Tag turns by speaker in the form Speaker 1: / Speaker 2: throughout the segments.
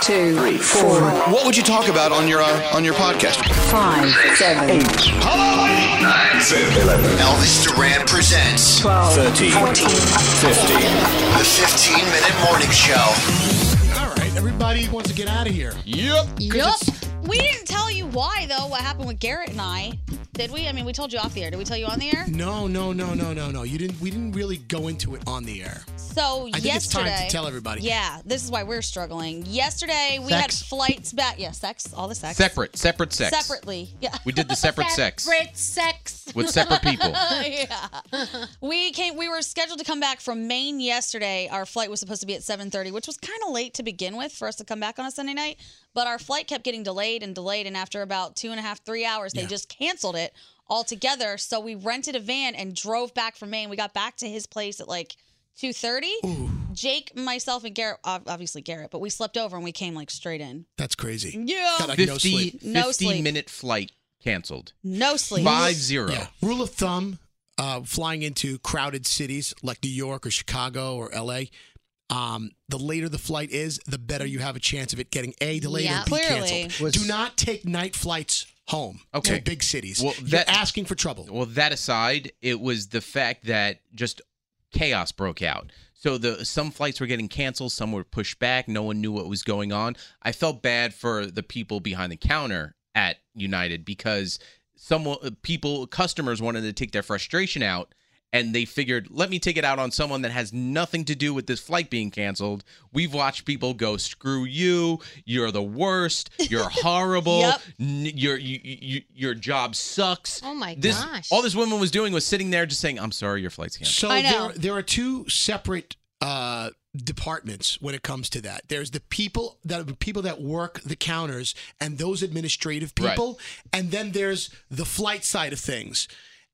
Speaker 1: two, three, four.
Speaker 2: What would you talk about on your uh, on your podcast?
Speaker 1: Five, six, seven, eight.
Speaker 2: Hello, lady. Nine, seven, eleven. Elvis Duran presents
Speaker 1: 12,
Speaker 2: 13,
Speaker 1: 14,
Speaker 2: 15. The 15 minute morning show.
Speaker 3: All right, everybody wants to get out of here.
Speaker 2: Yep.
Speaker 4: Yep. We didn't tell you why though. What happened with Garrett and I? Did we? I mean, we told you off the air. Did we tell you on the air?
Speaker 3: No, no, no, no, no, no. You didn't. We didn't really go into it on the air.
Speaker 4: So
Speaker 3: I
Speaker 4: yesterday, it's
Speaker 3: time to tell everybody.
Speaker 4: Yeah, this is why we're struggling. Yesterday we
Speaker 5: Sex.
Speaker 4: had flights back. Yeah, sex. All the sex.
Speaker 5: Separate, separate sex.
Speaker 4: Separately. Yeah.
Speaker 5: We did the separate sex.
Speaker 4: Separate sex.
Speaker 5: With separate people.
Speaker 4: yeah. We came. We were scheduled to come back from Maine yesterday. Our flight was supposed to be at 7:30, which was kind of late to begin with for us to come back on a Sunday night. But our flight kept getting delayed and delayed, and after about two and a half, three hours, they
Speaker 3: Yeah.
Speaker 4: just canceled it altogether. So we rented a van and drove back from Maine. We got back to his place at like 2:30. Jake, myself, and Garrett, ob- obviously Garrett, but we slept over and we came like straight in.
Speaker 3: That's crazy.
Speaker 4: Yeah.
Speaker 3: Got like
Speaker 5: 50,
Speaker 3: no sleep.
Speaker 4: No
Speaker 5: 50
Speaker 4: sleep.
Speaker 5: minute flight canceled.
Speaker 4: No sleep.
Speaker 5: Five zero.
Speaker 3: Yeah. Rule of thumb: uh, flying into crowded cities like New York or Chicago or L.A. Um, the later the flight is, the better you have a chance of it getting a delayed
Speaker 4: Yeah.
Speaker 3: and b
Speaker 4: Clearly.
Speaker 3: canceled. Do not take night flights home
Speaker 5: Okay.
Speaker 3: to big cities.
Speaker 5: Well,
Speaker 3: You're
Speaker 5: that-
Speaker 3: asking for trouble.
Speaker 5: Well, that aside, it was the fact that just chaos broke out. So the some flights were getting canceled, some were pushed back. No one knew what was going on. I felt bad for the people behind the counter uh, at United because some people, customers wanted to take their frustration out, and they figured, let me take it out on someone that has nothing to do with this flight being canceled. We've watched people go, screw you, you're the worst, you're horrible,
Speaker 6: Yep.
Speaker 5: n- your you, you, your job sucks.
Speaker 6: Oh my
Speaker 5: this,
Speaker 6: gosh.
Speaker 5: All this woman was doing was sitting there just saying, I'm sorry, your flight's canceled.
Speaker 7: So There, there are two separate uh, departments when it comes to that. There's the people that people that work the counters and those administrative
Speaker 8: Right.
Speaker 7: people, and then there's the flight side of things.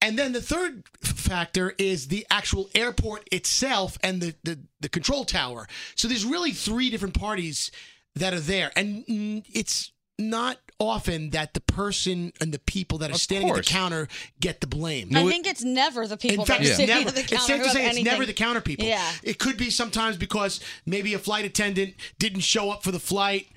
Speaker 7: And then the third f- factor is the actual airport itself and the, the, the control tower. So there's really three different parties that are there. And mm, it's not often that the person and the people that are standing at
Speaker 5: course.
Speaker 7: the counter get the blame.
Speaker 4: I think it's never the people
Speaker 7: In fact,
Speaker 4: that are
Speaker 7: it's
Speaker 4: sitting
Speaker 7: never.
Speaker 4: at the counter.
Speaker 7: It's safe
Speaker 4: who
Speaker 7: to
Speaker 4: have
Speaker 7: say it's never
Speaker 4: anything.
Speaker 7: the counter people.
Speaker 4: Yeah.
Speaker 7: It could be sometimes because maybe a flight attendant didn't show up for the flight,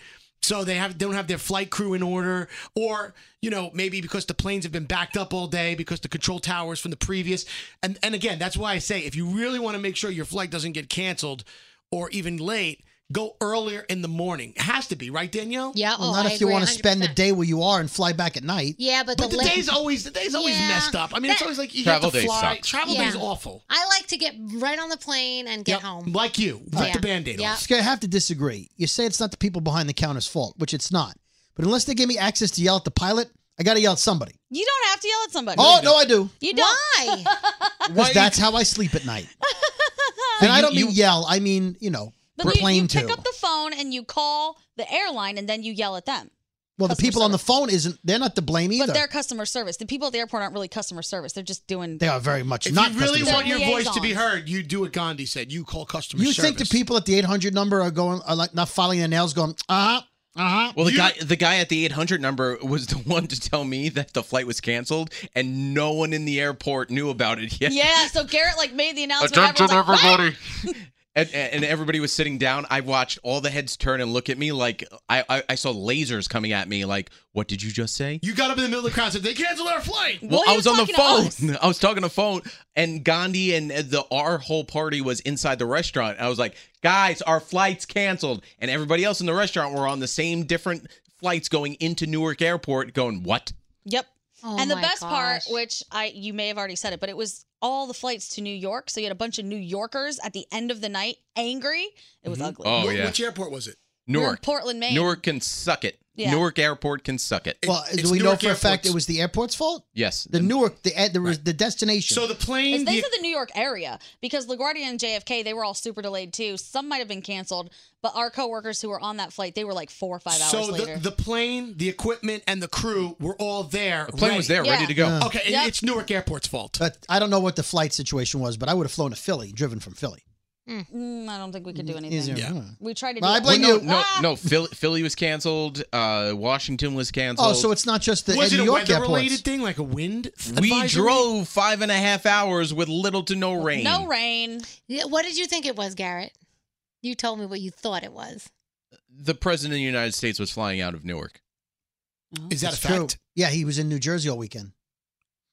Speaker 7: so they have they don't have their flight crew in order, or you know maybe because the planes have been backed up all day because the control towers from the previous. And and again, that's why I say if you really want to make sure your flight doesn't get canceled or even late. Go earlier in the morning. It has to be, right, Danielle?
Speaker 9: Yeah, Well, oh, not I if you agree wanna spend the day where you are and fly back at night.
Speaker 7: Yeah,
Speaker 9: but
Speaker 7: but
Speaker 9: the
Speaker 7: the,
Speaker 9: la-
Speaker 7: day's always the day's always
Speaker 9: Yeah.
Speaker 7: messed up. I mean, it's always like you
Speaker 9: Travel
Speaker 7: have to
Speaker 9: day
Speaker 7: fly.
Speaker 9: sucks.
Speaker 7: Travel
Speaker 9: Yeah.
Speaker 7: day's awful.
Speaker 10: I like to get right on the plane and get
Speaker 9: Yep.
Speaker 10: home.
Speaker 7: Like you,
Speaker 10: rip Yeah. the Band-Aid off. Yeah.
Speaker 9: Skye, I have to disagree. You say it's not the people behind the counter's fault, which it's not. But unless they give me access to yell at the pilot, I got to yell at somebody.
Speaker 4: You don't have to yell at somebody.
Speaker 9: Oh, no, I do.
Speaker 4: You don't. Why?
Speaker 9: Because that's how I sleep at night. and I don't mean yell. I mean, you know,
Speaker 4: But you,
Speaker 9: complain
Speaker 4: you
Speaker 9: to.
Speaker 4: pick up the phone and you call the airline and then you yell at them.
Speaker 9: well, the people on the phone isn't. They're not to blame either.
Speaker 4: But they're customer service. The people at the airport aren't really customer service. They're just doing.
Speaker 9: They are very much
Speaker 7: If
Speaker 9: not
Speaker 7: you really
Speaker 9: customer
Speaker 7: want your
Speaker 9: service.
Speaker 7: voice to be heard, you do what Gandhi said. You call customer
Speaker 9: You
Speaker 7: service.
Speaker 9: think the people at the 800 number are going, are like not filing their nails, going, uh huh, uh huh.
Speaker 5: Well, the guy the guy at the 800 number was the one to tell me that the flight was canceled and no one in the airport knew about it yet.
Speaker 4: Yeah. So Garrett like made the announcement.
Speaker 5: Attention,
Speaker 4: Everyone's like,
Speaker 5: everybody. And, and and everybody was sitting down. I watched all the heads turn and look at me like I, I, I saw lasers coming at me. Like, what did you just say?
Speaker 7: you got up in the middle of the crowd and said, they canceled our flight.
Speaker 5: Well, I was on the phone. I was talking to phone, and Gandhi and the our whole party was inside the restaurant. I was like, "Guys, our flight's canceled," and everybody else in the restaurant were on the same different flights going into Newark Airport. Going, "What?
Speaker 4: Yep.
Speaker 10: Oh
Speaker 4: and the
Speaker 10: my
Speaker 4: best part,
Speaker 10: gosh.
Speaker 4: which I you may have already said it, but it was all the flights to New York. So you had a bunch of New Yorkers at the end of the night, angry. It was ugly.
Speaker 5: Oh, yeah.
Speaker 7: Which airport was it?
Speaker 4: We were in
Speaker 5: Newark,
Speaker 4: Portland, Maine.
Speaker 5: Newark can suck it.
Speaker 4: Yeah.
Speaker 5: Newark Airport can suck it."
Speaker 9: Well, do we know for a fact it was the airport's fault?
Speaker 5: Yes.
Speaker 9: The Newark, the there was the destination.
Speaker 7: So the plane.
Speaker 4: It's- they said the New York area because LaGuardia and JFK they were all super delayed too. Some might have been canceled, but our coworkers who were on that flight they were like four or five hours
Speaker 7: So
Speaker 4: later.
Speaker 7: the, the plane, the equipment, and the crew were all there. The
Speaker 5: plane was there, ready Yeah. to go. Yeah.
Speaker 7: Okay, it-
Speaker 4: Yep.
Speaker 7: it's Newark Airport's fault.
Speaker 9: But I don't know what the flight situation was, but I would have flown to Philly, driven from Philly.
Speaker 4: Mm, I don't think we could do anything.
Speaker 9: Easier, Yeah. huh?
Speaker 4: We tried to.
Speaker 9: Well,
Speaker 4: do
Speaker 9: I blame
Speaker 5: Well,
Speaker 9: you.
Speaker 5: No, no, no Philly, Philly was canceled. Uh, Washington was canceled.
Speaker 9: Oh, so it's not just the
Speaker 7: was
Speaker 9: New
Speaker 7: it a
Speaker 9: York
Speaker 7: weather
Speaker 9: airports.
Speaker 7: related thing, like a wind?
Speaker 5: we
Speaker 7: advisory?
Speaker 5: drove five and a half hours with little to no rain.
Speaker 10: No
Speaker 4: rain.
Speaker 10: What did you think it was, Garrett? You told me what you thought it was.
Speaker 5: The president of the United States was flying out of Newark.
Speaker 7: Is that
Speaker 9: It's
Speaker 7: a fact?
Speaker 9: true. Yeah, he was in New Jersey all weekend.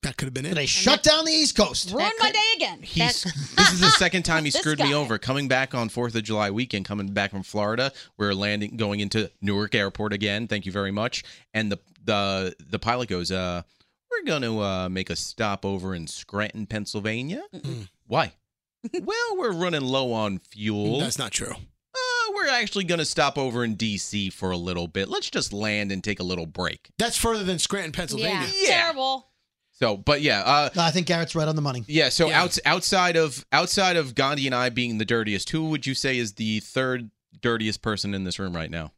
Speaker 7: That could have been it.
Speaker 9: They shut down the East Coast.
Speaker 4: Ruined my day again.
Speaker 5: He's, this is the second time he
Speaker 4: This
Speaker 5: screwed
Speaker 4: guy.
Speaker 5: me over. Coming back on Fourth of July weekend, coming back from Florida, we're landing, going into Newark Airport again. Thank you very much. And the the the pilot goes, uh, "We're going to uh, make a stop over in Scranton, Pennsylvania. Why? well, we're running low on fuel.
Speaker 7: That's not true.
Speaker 5: Uh, we're actually going to stop over in D.C. for a little bit. Let's just land and take a little break.
Speaker 7: That's further than Scranton,
Speaker 4: yeah.
Speaker 7: Pennsylvania.
Speaker 4: terrible.
Speaker 5: So, but yeah, uh,
Speaker 9: No, I think Garrett's right on the money.
Speaker 5: Yeah, so outs outside of outside of Gandhi and I being the dirtiest, who would you say is the third dirtiest person in this room right now?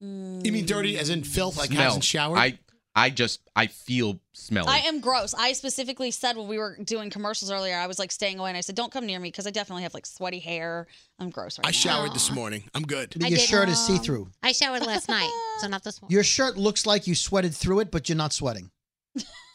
Speaker 7: You mean dirty as in filth, like
Speaker 5: Smell.
Speaker 7: hasn't showered?
Speaker 5: I I just I feel smelly.
Speaker 4: I am gross. I specifically said when we were doing commercials earlier, I was like staying away, and I said, "Don't come near me because I definitely have like sweaty hair. I'm gross right
Speaker 7: I
Speaker 4: now."
Speaker 7: showered this morning. I'm good.
Speaker 9: But your shirt is see through.
Speaker 10: I showered last night, so not this one.
Speaker 9: Your shirt looks like you sweated through it, but you're not sweating.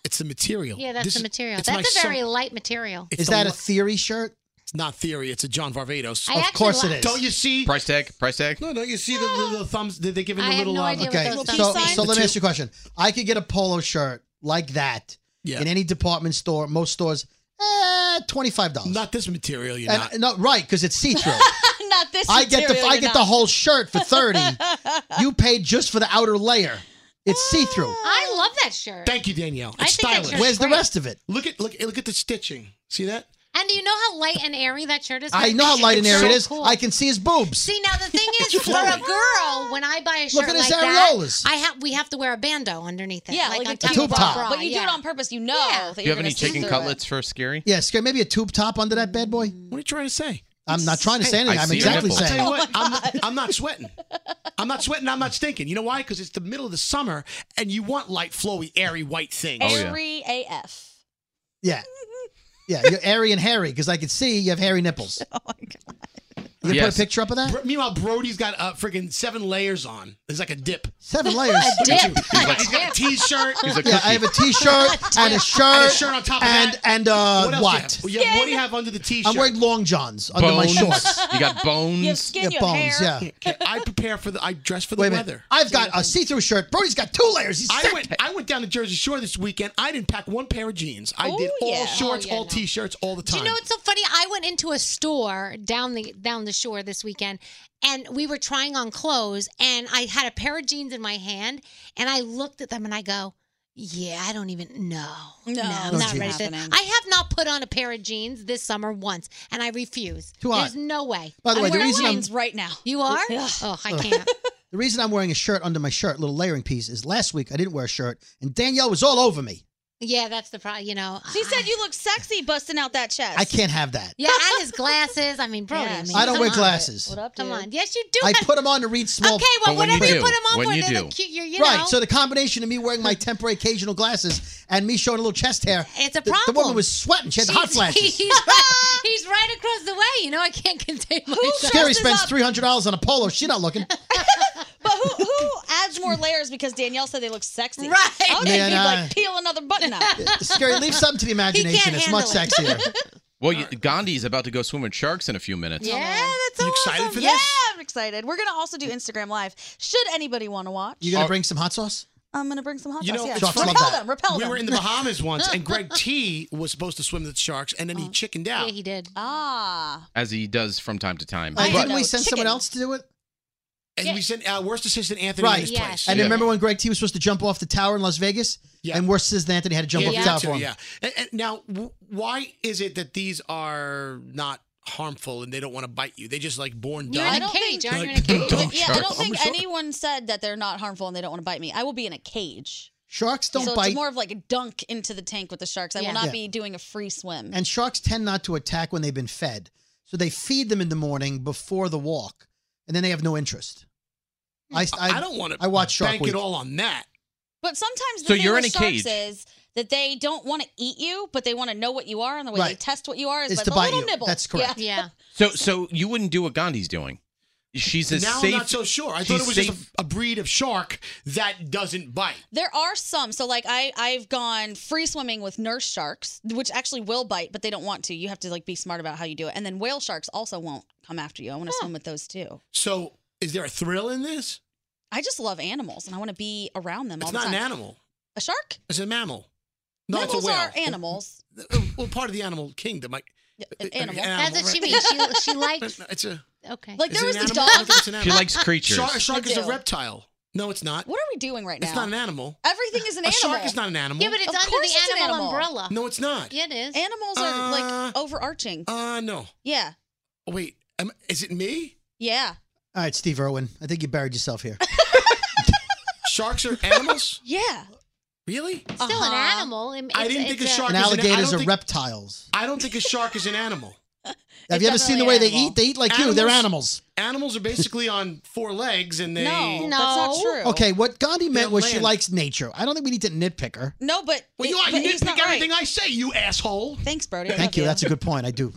Speaker 7: It's the material.
Speaker 10: Yeah, that's
Speaker 7: This
Speaker 10: the
Speaker 7: is-
Speaker 10: material.
Speaker 7: it's my
Speaker 10: That's a
Speaker 7: sum-
Speaker 10: very light material.
Speaker 7: It's
Speaker 9: Is
Speaker 7: the
Speaker 9: that a
Speaker 7: lo-
Speaker 9: theory shirt?
Speaker 7: It's not theory. It's a John Varvatos.
Speaker 10: I Of actually course it like- is.
Speaker 7: Don't you see?
Speaker 5: Price tag, price tag.
Speaker 7: No, don't you see the, the, the thumbs? Did they give him the
Speaker 10: I have
Speaker 7: little?
Speaker 10: no
Speaker 7: um,
Speaker 10: idea
Speaker 9: Okay, so, so let me ask you a question. I could get a polo shirt like that in any department store, most stores, eh, $25.
Speaker 7: Not this material, you're not.
Speaker 9: And, no, right, because it's see through.
Speaker 4: not this.
Speaker 9: I get the
Speaker 4: material,
Speaker 9: I
Speaker 4: you're
Speaker 9: get the
Speaker 4: not.
Speaker 9: whole shirt for 30. you paid just for the outer layer. It's see through.
Speaker 4: I love that shirt.
Speaker 7: Thank you, Danielle.
Speaker 4: I
Speaker 7: It's
Speaker 4: think that
Speaker 7: stylish.
Speaker 4: shirt's Where's the great. rest
Speaker 9: of it?
Speaker 7: Look at look look at the stitching. See that?
Speaker 10: And do you know how light and airy that shirt is?
Speaker 9: I know how light and airy it
Speaker 10: So
Speaker 9: is.
Speaker 10: cool.
Speaker 9: I can see his boobs.
Speaker 10: See now the thing is for a
Speaker 9: flowing.
Speaker 10: girl when I buy a shirt
Speaker 9: Look at his
Speaker 10: like that,
Speaker 9: areolas.
Speaker 10: I have we have to wear a bandeau underneath it.
Speaker 4: Yeah, like
Speaker 10: like, on
Speaker 4: a
Speaker 10: top
Speaker 9: tube
Speaker 10: of our
Speaker 9: top.
Speaker 10: bra,
Speaker 4: But you do
Speaker 10: yeah.
Speaker 4: it on purpose. You know that
Speaker 5: Do you
Speaker 4: you're
Speaker 5: have
Speaker 4: going
Speaker 5: any
Speaker 4: to see
Speaker 5: chicken
Speaker 4: through
Speaker 5: cutlets for Scary?
Speaker 9: Yeah, Scary, maybe a tube top under that bad boy.
Speaker 7: What are you trying to say?
Speaker 9: I'm not trying to say
Speaker 7: Hey,
Speaker 9: anything.
Speaker 5: I
Speaker 9: I'm
Speaker 5: see your
Speaker 9: exactly
Speaker 5: nipple.
Speaker 7: I'll
Speaker 9: saying.
Speaker 7: tell you what,
Speaker 4: Oh
Speaker 7: I'm not, I'm not sweating. I'm not sweating. I'm not stinking. You know why? Because it's the middle of the summer, and you want light, flowy, airy, white
Speaker 4: it.
Speaker 7: things.
Speaker 4: Airy AF.
Speaker 9: Yeah. Yeah, you're airy and hairy because I can see you have hairy nipples. Oh my god! You gonna
Speaker 7: Yes.
Speaker 9: put a picture up of that?
Speaker 7: Bro- meanwhile, Brody's got uh, freaking seven layers on. It's like a dip.
Speaker 9: Seven layers. A dip.
Speaker 7: He's got- he's got a t-shirt.
Speaker 9: yeah, I have a T-shirt and a shirt
Speaker 7: And a shirt on top of
Speaker 9: and,
Speaker 7: that.
Speaker 9: and uh,
Speaker 7: What
Speaker 9: what?
Speaker 7: else do you have? Yeah, what do you have under the t-shirt?
Speaker 9: I'm wearing long johns under my
Speaker 7: Bones.
Speaker 9: shorts.
Speaker 7: You got bones. You have skin, you have
Speaker 9: bones.
Speaker 7: hair.
Speaker 9: Yeah.
Speaker 7: Okay, I prepare for the. I dress for the
Speaker 9: Wait a minute.
Speaker 7: weather.
Speaker 9: I've got a see-through shirt. Brody's got two layers. He's
Speaker 7: I
Speaker 9: sick.
Speaker 7: went. I went down to Jersey Shore this weekend. I didn't pack one pair of jeans. I did
Speaker 10: Oh,
Speaker 7: all
Speaker 10: yeah.
Speaker 7: shorts,
Speaker 10: Oh, yeah,
Speaker 7: all
Speaker 10: no.
Speaker 7: t-shirts, all the
Speaker 10: Do
Speaker 7: time.
Speaker 10: you know what's so funny? I went into a store down the down the shore this weekend, and we were trying on clothes, and I had a pair of jeans in my hand, and I looked at them, and I go, "Yeah, I don't even know.
Speaker 4: No,
Speaker 10: I'm
Speaker 4: it's not
Speaker 10: not ready for
Speaker 4: happening.
Speaker 10: this. I have not put on a pair of jeans this summer once, and I refuse.
Speaker 9: Too hot.
Speaker 10: There's no way.
Speaker 9: By the way, the reason I'm-
Speaker 4: right now.
Speaker 10: You are?
Speaker 4: Ugh.
Speaker 10: Oh, I
Speaker 9: Ugh.
Speaker 10: can't.
Speaker 9: The reason I'm wearing a shirt under my shirt, little layering piece, is last week I didn't wear a shirt, and Danielle was all over me.
Speaker 10: yeah, that's the problem. You know,
Speaker 4: She said you look sexy busting out that chest.
Speaker 9: I can't have that.
Speaker 10: yeah, and his glasses. I mean, Brody. I, mean,
Speaker 9: I don't
Speaker 10: come
Speaker 9: wear
Speaker 10: on.
Speaker 9: glasses. What
Speaker 4: up,
Speaker 10: Come on. Yes, you do.
Speaker 9: I put them on to read small.
Speaker 10: Okay, well, But when you whatever you do, put 'em on when for, you they're the do. cute- you're- you know.
Speaker 9: right. So the combination of me wearing my temporary occasional glasses and me showing a little chest hair,
Speaker 10: It's a
Speaker 9: the-
Speaker 10: problem.
Speaker 9: The, woman was sweating. She had the hot
Speaker 10: She's-
Speaker 9: flashes.
Speaker 10: He's right, he's right across the way. You know, I can't contain myself.
Speaker 9: Scary spends three hundred dollars on a polo. She's not looking.
Speaker 4: But who who adds more layers because Danielle said they look sexy? Right. I would
Speaker 9: Man,
Speaker 4: think you'd
Speaker 9: I-
Speaker 4: like peel another button out.
Speaker 9: Scary, leave something to the imagination. It's much sexier.
Speaker 5: Well, you, Gandhi's about to go swim with sharks in a few minutes.
Speaker 4: Yeah, that's
Speaker 5: You
Speaker 4: awesome.
Speaker 5: excited for
Speaker 4: yeah,
Speaker 5: this?
Speaker 4: I'm excited. We're gonna also do Instagram Live. Should anybody want to watch?
Speaker 9: You gonna bring some hot sauce?
Speaker 4: I'm gonna bring some hot
Speaker 7: Oh. You
Speaker 4: sauce.
Speaker 7: know,
Speaker 4: yeah.
Speaker 7: it's funny.
Speaker 4: repel them. Repel
Speaker 7: we
Speaker 4: them.
Speaker 7: were in the Bahamas once, and Greg T was supposed to swim with sharks, and then
Speaker 9: Oh.
Speaker 7: he chickened out.
Speaker 10: he did.
Speaker 4: Ah.
Speaker 5: As he does from time to time.
Speaker 9: I
Speaker 5: But-
Speaker 9: didn't we send someone else to do it?
Speaker 7: And we sent uh, worst assistant Anthony in
Speaker 9: Right.
Speaker 7: his place.
Speaker 9: And remember when Greg T was supposed to jump off the tower in Las Vegas?
Speaker 7: Yeah.
Speaker 9: And worse is Anthony had to jump
Speaker 7: Yeah,
Speaker 9: off the
Speaker 7: yeah.
Speaker 9: tower for him.
Speaker 7: Yeah. And, and now, w- why is it that these are not harmful and they don't want to bite you? They just like born
Speaker 4: You're
Speaker 7: dumb.
Speaker 4: in a I don't cage,
Speaker 10: aren't
Speaker 4: you in a cage? yeah, I don't think anyone said that they're not harmful and they don't want to bite me. I will be in a cage.
Speaker 9: Sharks don't
Speaker 4: so
Speaker 9: bite,
Speaker 4: it's more of like a dunk into the tank with the sharks. I
Speaker 9: Yeah.
Speaker 4: will not
Speaker 9: Yeah.
Speaker 4: be doing a free swim.
Speaker 9: and sharks tend not to attack when they've been fed. So they feed them in the morning before the walk, and then they have no interest. I,
Speaker 7: I, don't want to.
Speaker 9: I watch Shark
Speaker 7: bank
Speaker 9: Week.
Speaker 7: it all on that.
Speaker 4: But sometimes the
Speaker 9: So
Speaker 4: thing
Speaker 9: you're
Speaker 4: with
Speaker 9: in a
Speaker 4: sharks
Speaker 9: cage.
Speaker 4: is that they don't want to eat you, but they want to know what you are, and the way they
Speaker 5: Right.
Speaker 4: test what you are is
Speaker 5: Is
Speaker 4: by
Speaker 5: to
Speaker 4: the
Speaker 5: bite
Speaker 4: little
Speaker 5: you.
Speaker 4: nibble.
Speaker 5: That's correct.
Speaker 10: Yeah.
Speaker 5: So, so you wouldn't do what Gandhi's doing. She's a
Speaker 7: now
Speaker 5: safe.
Speaker 7: I'm not so sure. I
Speaker 5: she's
Speaker 7: thought it was
Speaker 5: safe.
Speaker 7: just a, a breed of shark that doesn't bite.
Speaker 4: There are some. So like I I've gone free swimming with nurse sharks, which actually will bite, but they don't want to. You have to like be smart about how you do it. And then whale sharks also won't come after you. I want to swim with those too.
Speaker 7: So, is there a thrill in this?
Speaker 4: I just love animals and I want to be around them all
Speaker 7: It's
Speaker 4: the
Speaker 7: not
Speaker 4: time.
Speaker 7: an animal.
Speaker 4: A shark?
Speaker 7: It's a mammal. No, it's a
Speaker 4: Mammals
Speaker 7: whale.
Speaker 4: are animals.
Speaker 7: Well, part of the animal kingdom. Like, uh,
Speaker 4: an animal.
Speaker 10: That's what she means. She, she likes.
Speaker 7: It's a.
Speaker 10: Okay.
Speaker 4: Like
Speaker 7: is
Speaker 4: there
Speaker 7: it
Speaker 4: was
Speaker 7: an
Speaker 4: this
Speaker 7: animal?
Speaker 4: dog.
Speaker 7: I don't think it's an
Speaker 5: She
Speaker 7: animal.
Speaker 5: likes creatures.
Speaker 7: Shark, a shark
Speaker 4: I
Speaker 7: is a
Speaker 4: do.
Speaker 7: reptile. No, it's not.
Speaker 4: What are we doing right now?
Speaker 7: It's not an animal.
Speaker 4: Everything is an
Speaker 7: a
Speaker 4: animal.
Speaker 7: shark is not an animal.
Speaker 4: Yeah, but it's
Speaker 10: Of
Speaker 4: under the
Speaker 10: course it's an
Speaker 4: animal,
Speaker 10: animal.
Speaker 4: umbrella.
Speaker 7: No, it's not.
Speaker 10: Yeah, it is.
Speaker 4: Animals are like overarching.
Speaker 7: Uh, no. Oh,
Speaker 4: Yeah.
Speaker 7: Wait, am, is it me?
Speaker 4: Yeah.
Speaker 9: All right, Steve Irwin, I think you buried yourself here.
Speaker 7: Sharks are animals?
Speaker 4: yeah. Uh-huh.
Speaker 7: Really?
Speaker 10: Still an animal. It-
Speaker 7: I
Speaker 10: it's-
Speaker 7: didn't think a
Speaker 10: it's
Speaker 7: shark
Speaker 9: And
Speaker 7: is an- I
Speaker 9: alligators
Speaker 7: don't
Speaker 9: are
Speaker 7: think-
Speaker 9: reptiles.
Speaker 7: I don't think a shark is an animal.
Speaker 9: Have you ever seen the way they eat? They eat like you. They're animals.
Speaker 7: Animals are basically on four legs and they.
Speaker 4: No, that's not No. true.
Speaker 9: Okay, what Gandhi meant
Speaker 7: don't
Speaker 9: was she
Speaker 7: land.
Speaker 9: likes nature. I don't think we need to nitpick her.
Speaker 4: No, but
Speaker 7: Well,
Speaker 4: it-
Speaker 7: you,
Speaker 4: but
Speaker 7: you
Speaker 4: he's not
Speaker 7: nitpick everything
Speaker 4: right.
Speaker 7: I say, you asshole.
Speaker 4: Thanks, Brody. I love
Speaker 9: Thank you. That's a good point. I do.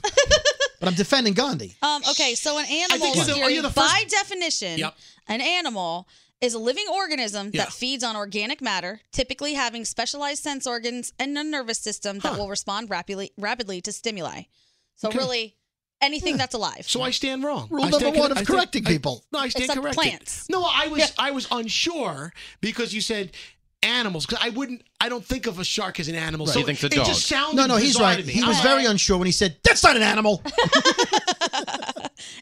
Speaker 9: but I'm defending Gandhi.
Speaker 4: Um, okay, so an animal,
Speaker 9: you're the- are
Speaker 4: Siri,
Speaker 9: you the
Speaker 4: by
Speaker 9: first-
Speaker 4: definition,
Speaker 9: Yep.
Speaker 4: an animal is a living organism
Speaker 9: Yeah.
Speaker 4: that feeds on organic matter, typically having specialized sense organs and a nervous system that will respond rapidly rapidly to stimuli. So
Speaker 7: Okay.
Speaker 4: really, anything
Speaker 7: Yeah.
Speaker 4: that's alive.
Speaker 7: So I stand wrong.
Speaker 4: Rule
Speaker 7: I stand
Speaker 4: number
Speaker 9: one of
Speaker 7: I stand-
Speaker 9: correcting
Speaker 7: I-
Speaker 9: people.
Speaker 7: no, I stand
Speaker 4: Except
Speaker 7: corrected.
Speaker 4: plants.
Speaker 7: No, I was I was unsure because you said animals. 'cause I wouldn't. I don't think of a shark as an animal.
Speaker 9: Right.
Speaker 7: So it just sounded
Speaker 9: No, no, he's
Speaker 7: bizarre
Speaker 9: right.
Speaker 7: to me.
Speaker 9: He
Speaker 7: I'm
Speaker 9: was
Speaker 7: like,
Speaker 9: very unsure when he said, "That's not an animal."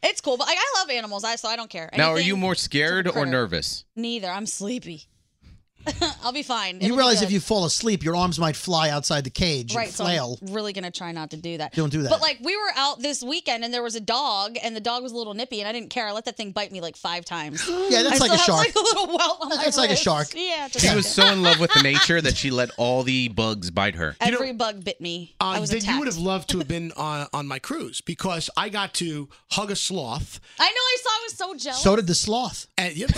Speaker 4: It's cool, but like, I love animals, I so I don't care.
Speaker 5: Now, are
Speaker 4: Anything-
Speaker 5: you more scared or nervous?
Speaker 4: Neither. I'm sleepy.
Speaker 11: I'll be fine. It'll
Speaker 12: You
Speaker 11: be
Speaker 12: realize if
Speaker 11: good.
Speaker 12: you fall asleep, your arms might fly outside the cage
Speaker 11: right,
Speaker 12: and
Speaker 11: so
Speaker 12: flail.
Speaker 11: I'm really gonna try not to do that.
Speaker 12: Don't do that.
Speaker 11: But like we were out this weekend and there was a dog and the dog was a little nippy and I didn't care. I let that thing bite me like five times.
Speaker 12: Yeah, that's
Speaker 11: I still
Speaker 12: like a
Speaker 11: have,
Speaker 12: shark.
Speaker 11: Like a little welt on my
Speaker 12: That's like a
Speaker 11: wrist.
Speaker 12: shark.
Speaker 11: Yeah, just
Speaker 13: She
Speaker 11: like
Speaker 13: was
Speaker 11: that.
Speaker 13: so in love with the nature that she let all the bugs bite her.
Speaker 11: Every bug bit me. I
Speaker 5: Uh,
Speaker 11: was
Speaker 5: then you would
Speaker 11: attacked.
Speaker 5: have loved to have been on, on my cruise because I got to hug a sloth.
Speaker 11: I know. I saw. I was so jealous.
Speaker 12: So did the sloth.
Speaker 5: And, yep,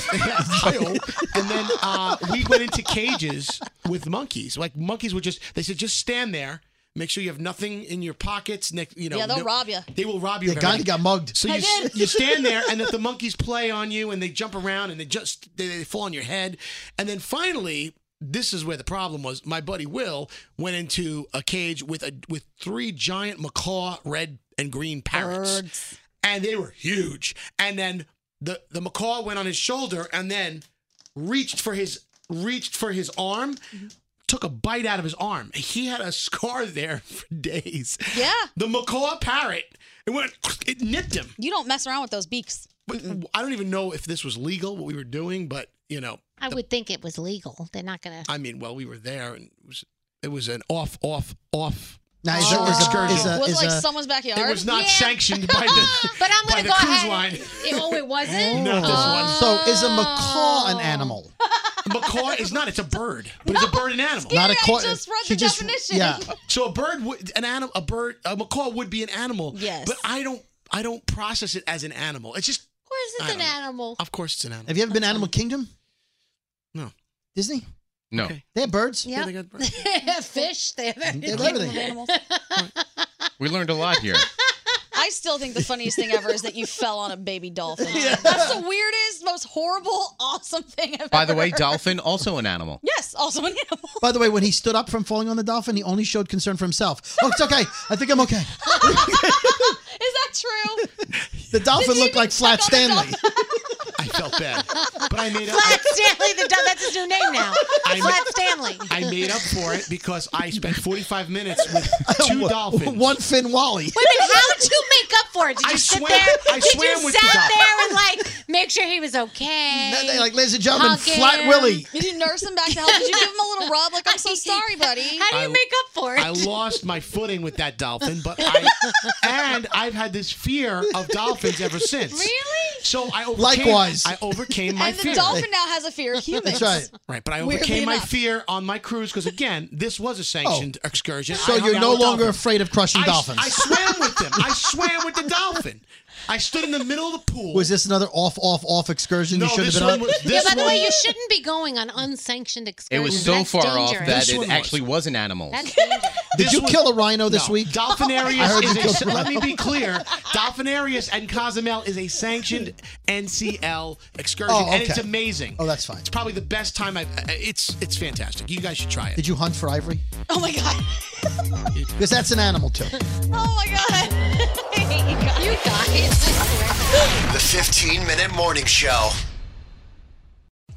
Speaker 5: Kyle. and then uh, we went into cages with monkeys. Like monkeys were just, they said, just stand there. Make sure you have nothing in your pockets. Next, you know,
Speaker 11: Yeah, they'll
Speaker 5: no-
Speaker 11: rob ya.
Speaker 5: They will rob you.
Speaker 12: Yeah,
Speaker 5: of
Speaker 12: Gandhi
Speaker 5: everything.
Speaker 12: got mugged.
Speaker 5: So you, s- you stand there, and that the monkeys play on you, and they jump around, and they just they, they fall on your head, and then finally, this is where the problem was. My buddy Will went into a cage with a with three giant macaw red and green parrots, and they were huge. And then the the macaw went on his shoulder, and then reached for his reached for his arm. Took a bite out of his arm. He had a scar there for days.
Speaker 11: Yeah.
Speaker 5: The macaw parrot. It went. It nipped him.
Speaker 11: You don't mess around with those beaks.
Speaker 5: But I don't even know if this was legal what we were doing, but you know,
Speaker 10: I would think it was legal. They're not gonna.
Speaker 5: I mean, well, we were there, and it was it was an off, off, off.
Speaker 12: Now,
Speaker 5: is
Speaker 12: is that- is that- is that-
Speaker 11: was it like someone's backyard?
Speaker 5: It was not
Speaker 11: Yeah.
Speaker 5: sanctioned by the.
Speaker 10: Ah, But I'm
Speaker 5: by
Speaker 10: gonna
Speaker 5: the
Speaker 10: go
Speaker 5: cruise
Speaker 10: ahead.
Speaker 5: line.
Speaker 10: It- oh, it wasn't. Oh.
Speaker 5: Not this one.
Speaker 12: So is a macaw an animal?
Speaker 5: Macaw is not. It's a bird, but it's a bird and animal.
Speaker 12: Not a Skeeter, I co- just read she the just- definition. yeah.
Speaker 5: So a bird, would, an animal, a bird, a macaw would be an animal.
Speaker 10: Yes.
Speaker 5: But I don't, I don't process it as an animal. It's just,
Speaker 10: Of course,
Speaker 5: I
Speaker 10: it's an
Speaker 5: don't know.
Speaker 10: animal.
Speaker 5: of course, it's an animal.
Speaker 12: Have you ever been to Animal Kingdom?
Speaker 5: No.
Speaker 12: Disney?
Speaker 13: No.
Speaker 12: They have birds.
Speaker 10: Yeah. Fish. They have everything.
Speaker 12: They love everything.
Speaker 13: We learned a lot here.
Speaker 11: I still think the funniest thing ever is that you fell on a baby dolphin. That's the weirdest, most horrible, awesome thing I've
Speaker 13: By
Speaker 11: ever
Speaker 13: the way,
Speaker 11: heard.
Speaker 13: dolphin also an animal.
Speaker 11: Yes, also an animal.
Speaker 12: By the way, when he stood up from falling on the dolphin, he only showed concern for himself. Oh, it's okay. I think I'm okay.
Speaker 11: Is that true?
Speaker 12: The dolphin looked like Flat Stanley.
Speaker 5: I felt bad, but I made up.
Speaker 10: Flat Stanley. The dog. That's his new name now.
Speaker 5: I-
Speaker 10: Flat Stanley.
Speaker 5: I made up for it because I spent 45 minutes with two dolphins.
Speaker 12: One fin Wally.
Speaker 10: Wait a minute, how did you make up for it? Did
Speaker 5: I
Speaker 10: you sit
Speaker 5: swam-
Speaker 10: there?
Speaker 5: I
Speaker 10: did
Speaker 5: swam
Speaker 10: you
Speaker 5: with
Speaker 10: sat
Speaker 5: the dog.
Speaker 10: there and like make sure he was okay?
Speaker 12: No, they like, ladies and gentlemen,
Speaker 10: Hug
Speaker 12: Flat
Speaker 10: him.
Speaker 12: Willy.
Speaker 11: Did you nurse him back to health? Did you give him a little rub? Like, I'm so sorry, buddy.
Speaker 10: How do you
Speaker 5: I-
Speaker 10: make up for it?
Speaker 5: I lost my footing with that dolphin, but I and I've had this fear of dolphins ever since.
Speaker 11: Really?
Speaker 5: So I overcame,
Speaker 12: Likewise.
Speaker 5: I overcame my
Speaker 11: And the
Speaker 5: fear.
Speaker 11: dolphin now has a fear of humans.
Speaker 12: That's right.
Speaker 5: Right, but I
Speaker 11: Weirdly
Speaker 5: overcame my
Speaker 11: enough.
Speaker 5: fear on my cruise because again, this was a sanctioned excursion.
Speaker 12: Oh. So
Speaker 5: I hung
Speaker 12: you're
Speaker 5: out
Speaker 12: no
Speaker 5: with
Speaker 12: longer
Speaker 5: dolphins.
Speaker 12: afraid of crushing
Speaker 5: I,
Speaker 12: dolphins.
Speaker 5: I swam with them. I swam with the dolphin. I stood in the middle of the pool.
Speaker 12: Was this another off, off, off excursion
Speaker 5: no,
Speaker 12: you should have
Speaker 5: this
Speaker 12: been on?
Speaker 5: one was
Speaker 10: yeah,
Speaker 5: this
Speaker 10: by the way,
Speaker 5: one-
Speaker 10: you shouldn't be going on unsanctioned
Speaker 13: It
Speaker 10: excursions.
Speaker 13: was so
Speaker 10: That's
Speaker 13: far off
Speaker 10: dangerous.
Speaker 13: that
Speaker 5: This one
Speaker 13: it
Speaker 5: was.
Speaker 13: actually was an animal.
Speaker 10: That's dangerous.
Speaker 12: Did
Speaker 5: this
Speaker 12: you
Speaker 5: was-
Speaker 12: kill a rhino this
Speaker 5: No.
Speaker 12: week?
Speaker 5: Dolphinarius
Speaker 12: heard
Speaker 5: is
Speaker 12: you
Speaker 5: a.
Speaker 12: killed
Speaker 5: sa-
Speaker 12: a
Speaker 5: Let me
Speaker 12: rhino.
Speaker 5: be clear. Dolphinarius and Cozumel is a sanctioned NCL excursion,
Speaker 12: Oh,
Speaker 5: and it's
Speaker 12: okay.
Speaker 5: amazing.
Speaker 12: Oh, that's fine.
Speaker 5: It's probably the best time I've. uh, It's it's fantastic. You guys should try it.
Speaker 12: Did you hunt for ivory?
Speaker 11: Oh my god.
Speaker 12: Because that's an animal too.
Speaker 11: Oh my god. I hate you guys.
Speaker 10: You guys.
Speaker 14: The 15 Minute Morning Show.